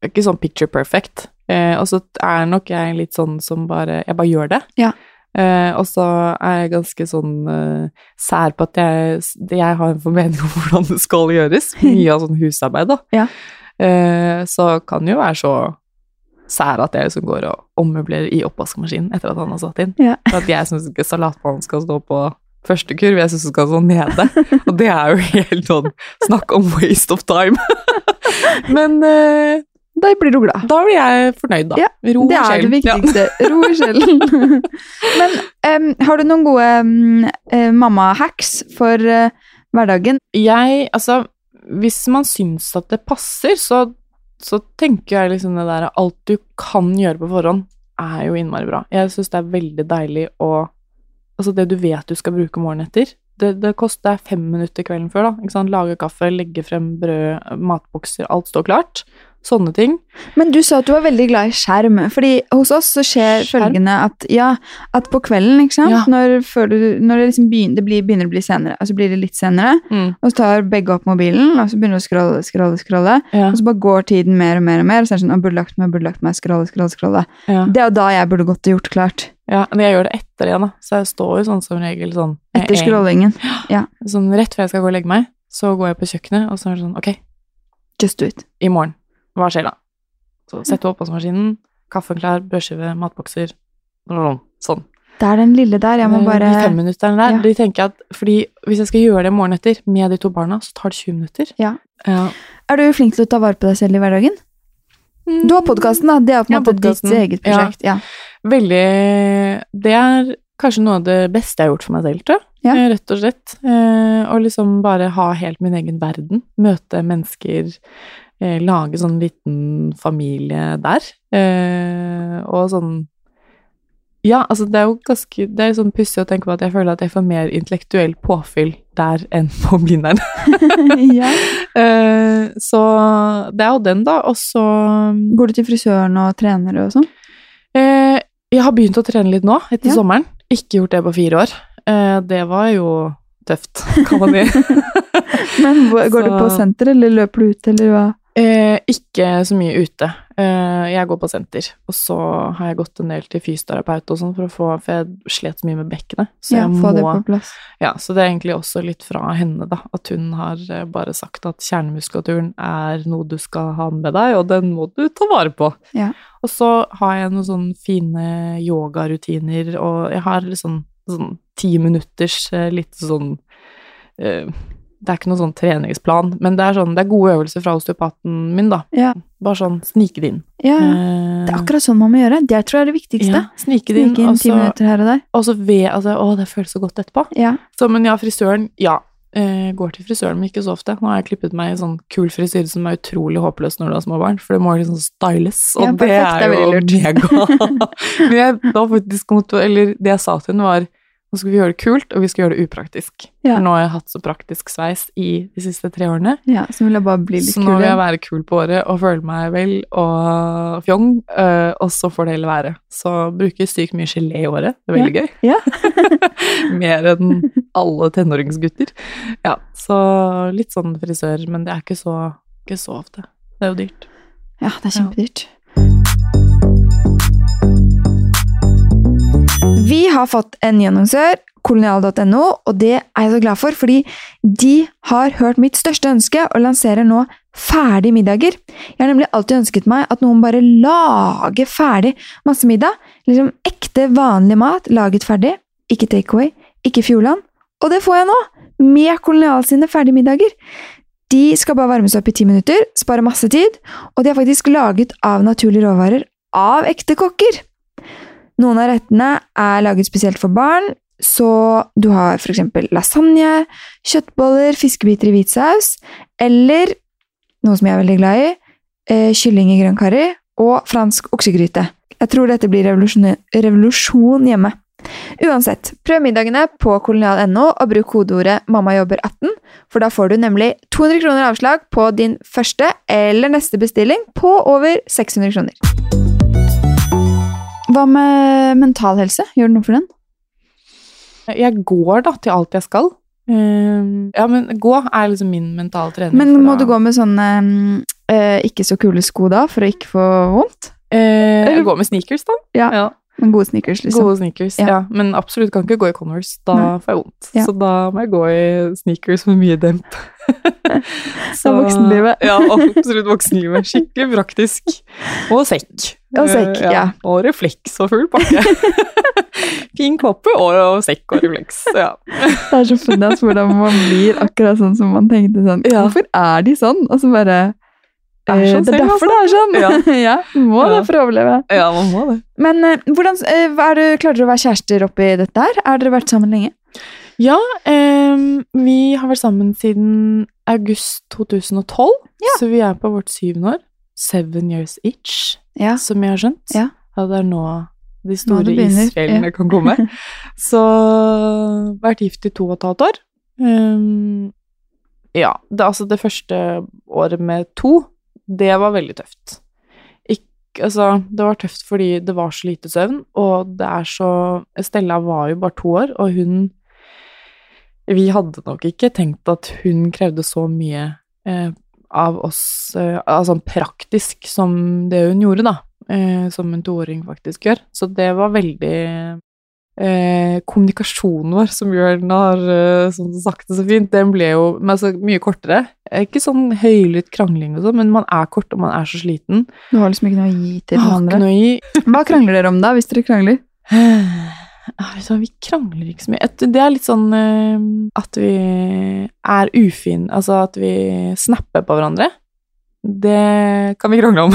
det er ikke sånn picture perfect. Eh, og så er nok jeg litt sånn som bare Jeg bare gjør det.
Ja.
Eh, og så er jeg ganske sånn eh, sær på at jeg, jeg har en formening om <laughs> hvordan det skal gjøres. Mye av sånn husarbeid, da.
Ja.
Eh, så kan jo være så sær at jeg liksom går og ommøblerer i oppvaskmaskinen etter at han har satt inn.
Ja.
For at jeg syns ikke salatmannen skal stå på første kurv, jeg syns den skal stå nede.
<laughs>
Og det er jo helt sånn Snakk om waste of time. Men eh,
da blir du glad.
da blir jeg fornøyd, da.
Ja,
Ro
Det
og
er
sjel.
det viktigste. Ro i sjelen.
<laughs>
Men em, har du noen gode em, eh, mamma-hacks for eh, hverdagen?
Ja. Jeg, altså Hvis man syns at det passer, så, så tenker jeg liksom det der Alt du kan gjøre på forhånd, er jo innmari bra. Jeg syns det er veldig deilig å Altså det du vet du skal bruke morgenen etter. Det, det koster deg fem minutter kvelden før, da. Ikke sant? Lage kaffe, legge frem brød, matbokser, alt står klart. Sånne ting.
Men du sa at du var veldig glad i skjerm. Fordi hos oss så skjer
Skjerm?
følgende at, ja, at på kvelden, ikke sant,
Ja.
når, før du, når det liksom begynner, det blir, begynner å bli senere, altså blir det litt senere, og så tar begge opp mobilen, og så begynner du å scrolle, scrolle, scrolle,
Ja,
og så bare går tiden mer og mer og mer, og så er det sånn, jeg burde lagt meg, burde lagt meg, scrolle, scrolle, scrolle.
ja.
Det er jo da jeg burde gått og gjort klart,
Ja, men jeg gjør det etter igjen, da. Så jeg står jo sånn som regel sånn eh, eh,
etter scrollingen.
Sånn rett før jeg skal gå og legge meg, så går jeg på kjøkkenet, og så er det sånn Ok,
Just do it.
i morgen, hva skjer da? Så setter jeg oppvaskmaskinen, kaffen klar, brødskive, matbokser Sånn.
Det er den lille der, jeg må
Eh,
bare...
De femminutterne der,
Ja.
de tenker jeg at Fordi hvis jeg skal gjøre det morgenen etter med de to barna, så tar det 20 minutter.
Ja.
Ja.
Er du flink til å ta vare på deg selv i hverdagen? Du har podkasten, da. Det er på en
Ja,
måte ditt
podcasten.
eget
Ja.
prosjekt.
<laughs>
Ja.
Veldig Det er kanskje noe av det beste jeg har gjort for meg selv, tror jeg.
Ja.
Eh, Rett og slett. Eh, Å liksom bare ha helt min egen verden. Møte mennesker, eh, lage sånn liten familie der. Eh, og sånn Ja, altså det er jo ganske Det er jo sånn pussig å tenke på at jeg føler at jeg får mer intellektuell påfyll der enn på <laughs> Blindern.
ja.
Eh, så det er jo den, da. Og så
Går du til frisøren og trener og sånn?
eh, Jeg har begynt å trene litt nå, etter
Ja.
sommeren. Ikke gjort det på fire år. Eh, det var jo tøft, kan man si.
<laughs> Men hvor- <laughs> går
Så-
du på senter, eller løper du ut, eller hva?
Eh, ikke så mye ute. Eh, jeg går på senter, og så har jeg gått en del til fysioterapeut og sånn for å få For jeg slet så mye med bekkenet, så
Ja,
jeg
få det
må
på plass.
Ja, så det er egentlig også litt fra henne, da. At hun har eh, bare sagt at kjernemuskulaturen er noe du skal ha med deg, og den må du ta vare på.
Ja.
Og så har jeg noen sånne fine yogarutiner, og jeg har litt sånn, sånn ti minutters eh, litt sånn eh, Det er ikke noen sånn treningsplan, men det er, sånn, det er gode øvelser fra osteopaten min, da.
Ja.
Bare sånn snike det inn.
Ja, ja.
Eh,
Det er akkurat sånn man må gjøre. Det tror jeg er det viktigste.
ja, altså- snike det inn,
Snike inn
og
ti
så,
minutter her og der.
og så ved altså, Å, det føles så godt etterpå.
Ja.
Så, men ja, frisøren, ja. Eh, går til frisøren, men ikke så ofte. Nå har jeg klippet meg i sånn kul frisyre som er utrolig håpløs når du har små barn, for det må liksom styles, og
Ja,
det
perfekt,
er
det er
jo
veldig
mega. <laughs> men jeg, da faktisk, mot- eller det jeg sa til henne var, nå skal vi gjøre det kult, og vi skal gjøre det upraktisk.
Ja.
For nå har jeg hatt så praktisk sveis i de siste tre årene,
ja, så vil jeg bare bli litt
så nå vil jeg
kulere.
være kul på året og føle meg vel og fjong, eh, og så får det heller være. Så bruker sykt mye gelé i året, det er veldig gøy.
Ja.
<laughs> Mer enn alle tenåringsgutter. Ja, så litt sånn frisør, men det er ikke så, ikke så ofte. Det er jo dyrt.
Ja, det er
Ja.
kjempedyrt. Vi har fått en ny annonsør, kolonial.no, og det er jeg så glad for, fordi de har hørt mitt største ønske og lanserer nå ferdige middager. Jeg har nemlig alltid ønsket meg at noen bare lager ferdig masse middag. Liksom ekte, vanlig mat laget ferdig. Ikke takeaway, ikke Fjordland. Og det får jeg nå! Med Kolonial sine ferdige middager. De skal bare varmes opp i ti minutter, spare masse tid, og de er faktisk laget av naturlige råvarer av ekte kokker. Noen av rettene er laget spesielt for barn, så du har f.eks. lasagne, kjøttboller, fiskebiter i hvit saus, eller noe som jeg er veldig glad i, eh, kylling i grønn karri og fransk oksegryte. Jeg tror dette blir revolusjon, revolusjon hjemme. Uansett, prøv middagene på kolonial.no og bruk kodeordet 'mamma jobber 18', for da får du nemlig 200 kroner avslag på din første eller neste bestilling på over 600 kroner. Hva med mental helse? Gjør du noe for den?
Jeg går da til alt jeg skal. Eh, ja, men gå er liksom min mentale trening.
Men
for
må
å-
du gå med sånne mm, eh, ikke så kule sko da, for å ikke få vondt?
Eh, jeg går med sneakers, da.
Ja. Men gode sneakers, liksom.
Gode sneakers,
Ja.
ja. Men absolutt kan ikke gå i Converse, da
Nei.
får jeg vondt.
Ja.
Så da må jeg gå i sneakers med mye <laughs> demp.
er voksenlivet.
ja, absolutt voksenlivet. Skikkelig praktisk. Og sekk.
Og sekk,
Eh,
ja.
Og refleks og full <laughs> pakke. fin kåpe og, og sekk og refleks, ja.
Det er så funnet altså, hvordan man blir akkurat sånn som man tenkte sånn.
Ja.
Hvorfor er de sånn? Og så bare
Det er
eh,
sånn
Det er
selv,
derfor det er sånn! <laughs> Ja,
altså.
Må
Ja.
det for å overleve.
Ja, man må det.
Men eh, hvordan, eh, hva er det, klarer dere å være kjærester oppi dette her? Har dere vært sammen lenge?
Ja, em, vi har vært sammen siden august 2012, så vi er på vårt syvende år. Seven years each,
Ja.
som jeg har skjønt.
Ja.
Ja, det er nå de store
det begynner,
isfjellene kan komme.
<laughs>
Så vært gift i to og et halvt år. Em, ja, det, altså det første året med to, det var veldig tøft. Ikk, altså, det var tøft fordi det var så lite søvn, og det er så Stella var jo bare to år, og hun Vi hadde nok ikke tenkt at hun krevde så mye eh, av oss, eh, altså praktisk som det hun gjorde, da. Eh, som en toåring faktisk gjør. Så det var veldig eh, kommunikasjonen vår, som Bjørn har eh, som sagt det så fint, den ble jo men altså, mye kortere. Eh, Ikke sånn høylytt krangling og sånn, men man er kort, og man er så sliten. Ah,
Du har liksom ikke noe å gi til den
Har ikke
andre.
noe <sighs> i.
Hva krangler dere om da, hvis dere krangler?
Ja, Ah, vet du hva, vi krangler ikke så mye. Et- Det er litt sånn eh, at vi er ufine, altså at vi snapper på hverandre. Det kan vi krangle om.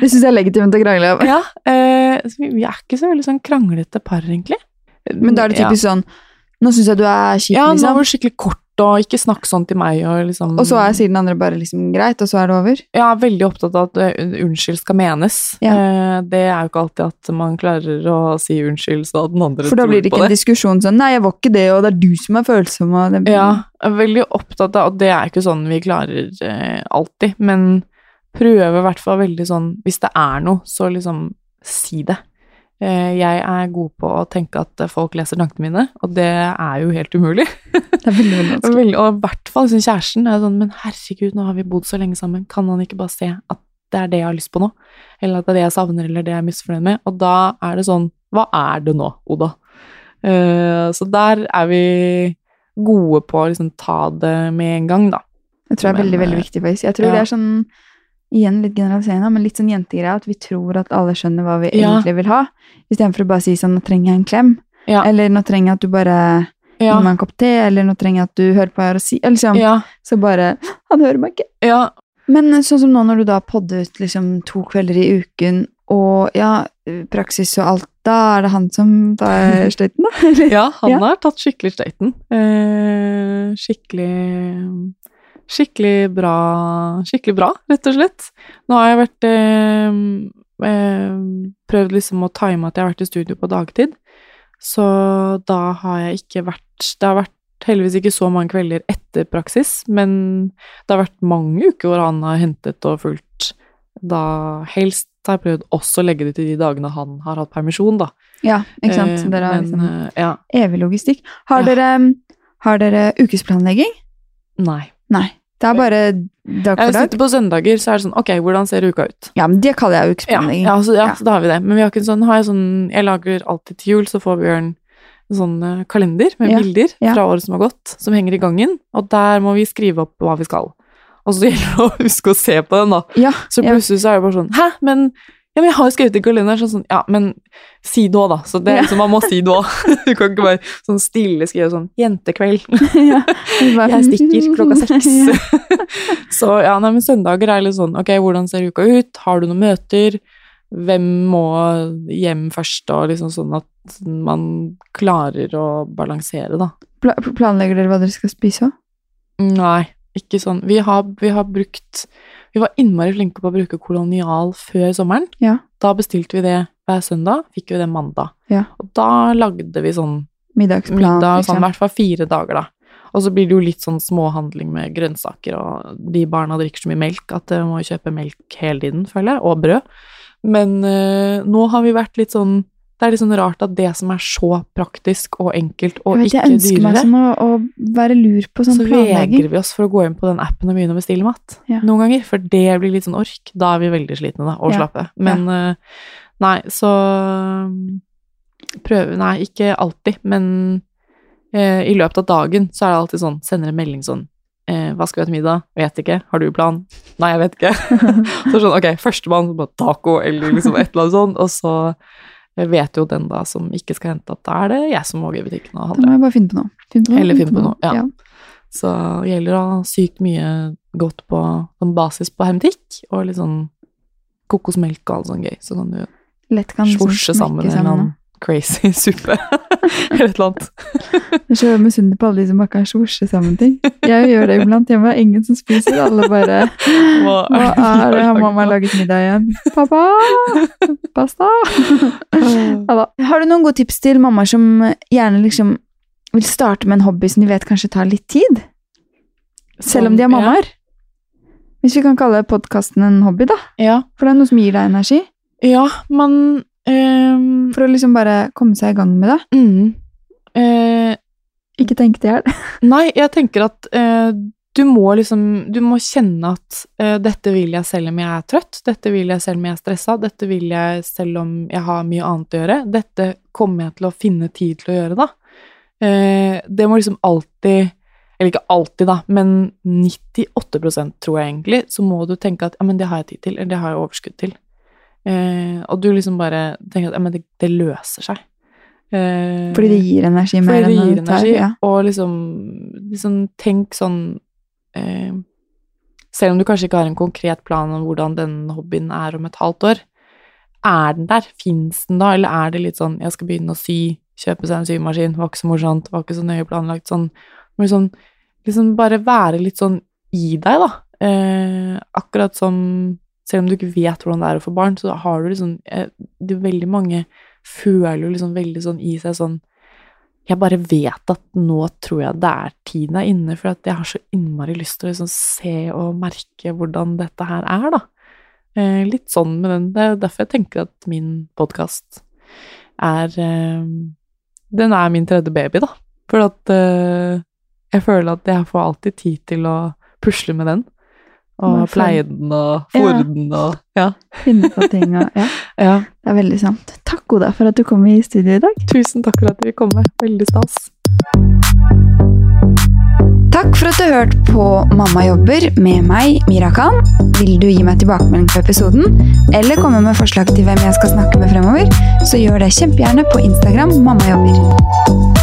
Det syns jeg er legitimt å
<laughs>
krangle om.
ja, eh, så vi, vi er ikke så veldig sånn kranglete par, egentlig.
Men da er det
Ja.
typisk sånn Nå syns jeg du er kjip,
Ja, nå
liksom.
var det skikkelig kort og ikke snakk sånn til meg og liksom
Og så er, sier den andre bare liksom greit, og så er det over?
Jeg er veldig opptatt av at eh, unnskyld skal menes.
Ja.
Eh, Det er jo ikke alltid at man klarer å si unnskyld så den andre
For da blir det ikke en diskusjon sånn 'nei, jeg var ikke det, og det er du som er følsom', og det
Ja, jeg er veldig opptatt av, og det er ikke sånn vi klarer eh, alltid, men prøve i hvert fall veldig sånn, hvis det er noe, så liksom si det. Eh, jeg er god på å tenke at eh, folk leser tankene mine, og det er jo helt umulig.
<laughs> Det er veldig, veldig vanskelig.
Veldig, og i hvert fall liksom, kjæresten er sånn, men herregud, nå har vi bodd så lenge sammen, kan han ikke bare se at det er det jeg har lyst på nå? Eller at det er det jeg savner, eller det jeg er misfornøyd med? Og da er det sånn, hva er det nå, Oda? Eh, så der er vi gode på å liksom ta det med en gang, da.
Jeg tror det er veldig,
Men,
veldig
eh,
viktig, faktisk. Jeg tror
ja.
det er sånn Igjen litt generaliserende, men litt sånn jentegreie at vi tror at alle skjønner hva vi
Ja.
egentlig vil ha, istedenfor å bare si sånn 'nå trenger jeg en klem',
Ja.
eller 'nå trenger jeg at du bare
Ja,
gir meg en kopp te', eller 'nå trenger jeg at du hører på her og sier eller liksom,
ja,
Så bare 'han hører meg ikke'.
ja,
Men sånn som nå når du da podder ut liksom to kvelder i uken, og ja, praksis og alt, da er det han som
<laughs>
tar støyten, da? Eller?
ja, han
Ja.
har tatt skikkelig støyten. Eh, skikkelig Skikkelig bra, skikkelig bra, rett og slett. Nå har jeg vært eh, eh, Prøvd liksom å time at jeg har vært i studio på dagtid. Så da har jeg ikke vært Det har vært heldigvis ikke så mange kvelder etter praksis, men det har vært mange uker hvor han har hentet og fulgt. Da helst har jeg prøvd også å legge det til de dagene han har hatt permisjon, da.
Ja, ikke sant?
Eh,
Dere har
men,
liksom
eh, Ja.
evig logistikk. Har,
Ja.
dere, mm, har dere ukesplanlegging?
Nei.
Nei. Det er bare dag for
Jeg
dag.
sitter på søndager, så er det sånn Ok, hvordan ser uka ut?
Ja, men det kaller jeg jo
Ja,
ukesplanlegging.
ja, så, ja,
Ja.
så da har vi det. Men vi har ikke en sånn, har jeg, sånn jeg lager alltid til jul, så får Bjørn en sånn eh, kalender med
Ja,
bilder
ja.
fra året som har gått, som henger i gangen, og der må vi skrive opp hva vi skal. Og så <laughs> gjelder det å huske å se på den, da.
Ja,
Så
ja.
plutselig så er det bare sånn Hæ, men ja, men jeg har jo skrevet i kalenderen sånn, sånn Ja, men si det òg, da. Så det,
Ja.
så man må si det òg. <laughs> Du kan ikke bare sånn stille skrive sånn Jentekveld.
<laughs> ja.
<laughs>
Bare-
Jeg stikker
<laughs>
klokka
Ja.
seks. <laughs> så ja, nei, men søndager er litt sånn Ok, hvordan ser uka ut? Har du noen møter? Hvem må hjem først? Og liksom sånn at man klarer å balansere, da.
Pla planlegger dere hva dere skal spise òg?
Nei, ikke sånn. Vi har, vi har brukt Vi var innmari flinke på å bruke kolonial før sommeren.
Ja.
Da bestilte vi det hver søndag, fikk vi det mandag.
Ja.
Og da lagde vi sånn
Middagsplan,
middag,
liksom.
sånn, i hvert fall fire dager, da. Og så blir det jo litt sånn småhandling med grønnsaker, og de barna drikker så mye melk at de må jo kjøpe melk hele tiden, føler jeg, og brød. Men eh, nå har vi vært litt sånn Det er litt sånn rart at det som er så praktisk og enkelt og
Jeg vet,
ikke
jeg ønsker meg
dyrere,
sånn å, å være lur på sånn
så
planlegging.
vegrer vi oss for å gå inn på den appen og begynne å bestille mat
Ja.
noen ganger, for det blir litt sånn ork. Da er vi veldig slitne da, og
Ja.
slappe. Men eh, nei, så um, prøve Nei, ikke alltid, men eh, i løpet av dagen så er det alltid sånn Sender en melding sånn eh, Hva skal vi ha til middag? Vet ikke. Har du plan? Nei, jeg vet ikke.
<laughs>
så sånn, ok, førstemann så bare taco eller liksom et eller annet sånt, og så eh, vet jo den da som ikke skal hente at da er det jeg som må gå i butikken og
Da må
handle.
jeg bare finne på noe. Finne på noe,
Eller finne på noe, ja. Så det gjelder å ha sykt mye godt på sånn basis på hermetikk, og litt sånn kokosmelk og alt sånn gøy. Så kan du
Lett kan liksom
svorse sammen
smekke
en eller annen crazy <laughs> suppe, eller et eller annet.
Jeg er så misunnelig på alle de som bare kan svorse sammen ting. Jeg gjør det iblant hjemme. det er Ingen som spiser. Alle bare Hva
Hva er det du
er
har
det? Har
laget
mamma
nå?»
laget middag igjen? Pappa!
<laughs>
Pasta! Ja da. Har du noen gode tips til mammaer som gjerne liksom vil starte med en hobby som de vet kanskje tar litt tid? <laughs> Selv om de er
Sånn,
mammaer? Hvis vi kan kalle podkasten en hobby, da.
Ja,
For det er noe som gir deg energi.
ja, ja men ehm,
For å liksom bare komme seg i gang med det.
mm, eh,
Ikke tenke til hjel.
Nei, jeg tenker at eh, du må liksom Du må kjenne at eh, dette vil jeg selv om jeg er trøtt, dette vil jeg selv om jeg er stressa, dette vil jeg selv om jeg har mye annet å gjøre. Dette kommer jeg til å finne tid til å gjøre, da. Eh, det må liksom alltid Eller ikke alltid, da, men 98 tror jeg egentlig, så må du tenke at ja, men det har jeg tid til, eller det har jeg overskudd til. Eh, og du liksom bare tenker at ja, men det, det løser seg. Eh,
Fordi det gir energi mer
fordi det
enn
gir
det tar.
energi,
Ja.
og liksom, liksom tenk sånn eh, Selv om du kanskje ikke har en konkret plan om hvordan den hobbyen er om et halvt år, er den der? Fins den da, eller er det litt sånn 'jeg skal begynne å sy', kjøpe seg en symaskin, var ikke så morsomt, var ikke så nøye planlagt, sånn Men sånn liksom bare være litt sånn i deg, da. Eh, akkurat som Selv om du ikke vet hvordan det er å få barn, så har du liksom eh, det er Veldig mange føler jo liksom veldig sånn i seg sånn Jeg bare vet at nå tror jeg det er tiden er inne, for at jeg har så innmari lyst til å liksom se og merke hvordan dette her er, da. Eh, litt sånn med den. Det er derfor jeg tenker at min podkast er eh, Den er min tredje baby, da. For at eh, jeg føler at jeg får alltid tid til å pusle med den. Og
Bare for-
pleie den og
Ja.
fôre den og Ja.
Finne på ting og Ja,
ja.
det er veldig sant. Takk, Oda, for at du kom i studio i dag.
Tusen takk for at du ville komme. Veldig stas.
Takk for at du hørte på Mamma jobber med meg, Mira Khan. Vil du gi meg tilbakemelding på episoden, eller komme med forslag til hvem jeg skal snakke med fremover, så gjør det kjempegjerne på Instagram Mamma jobber.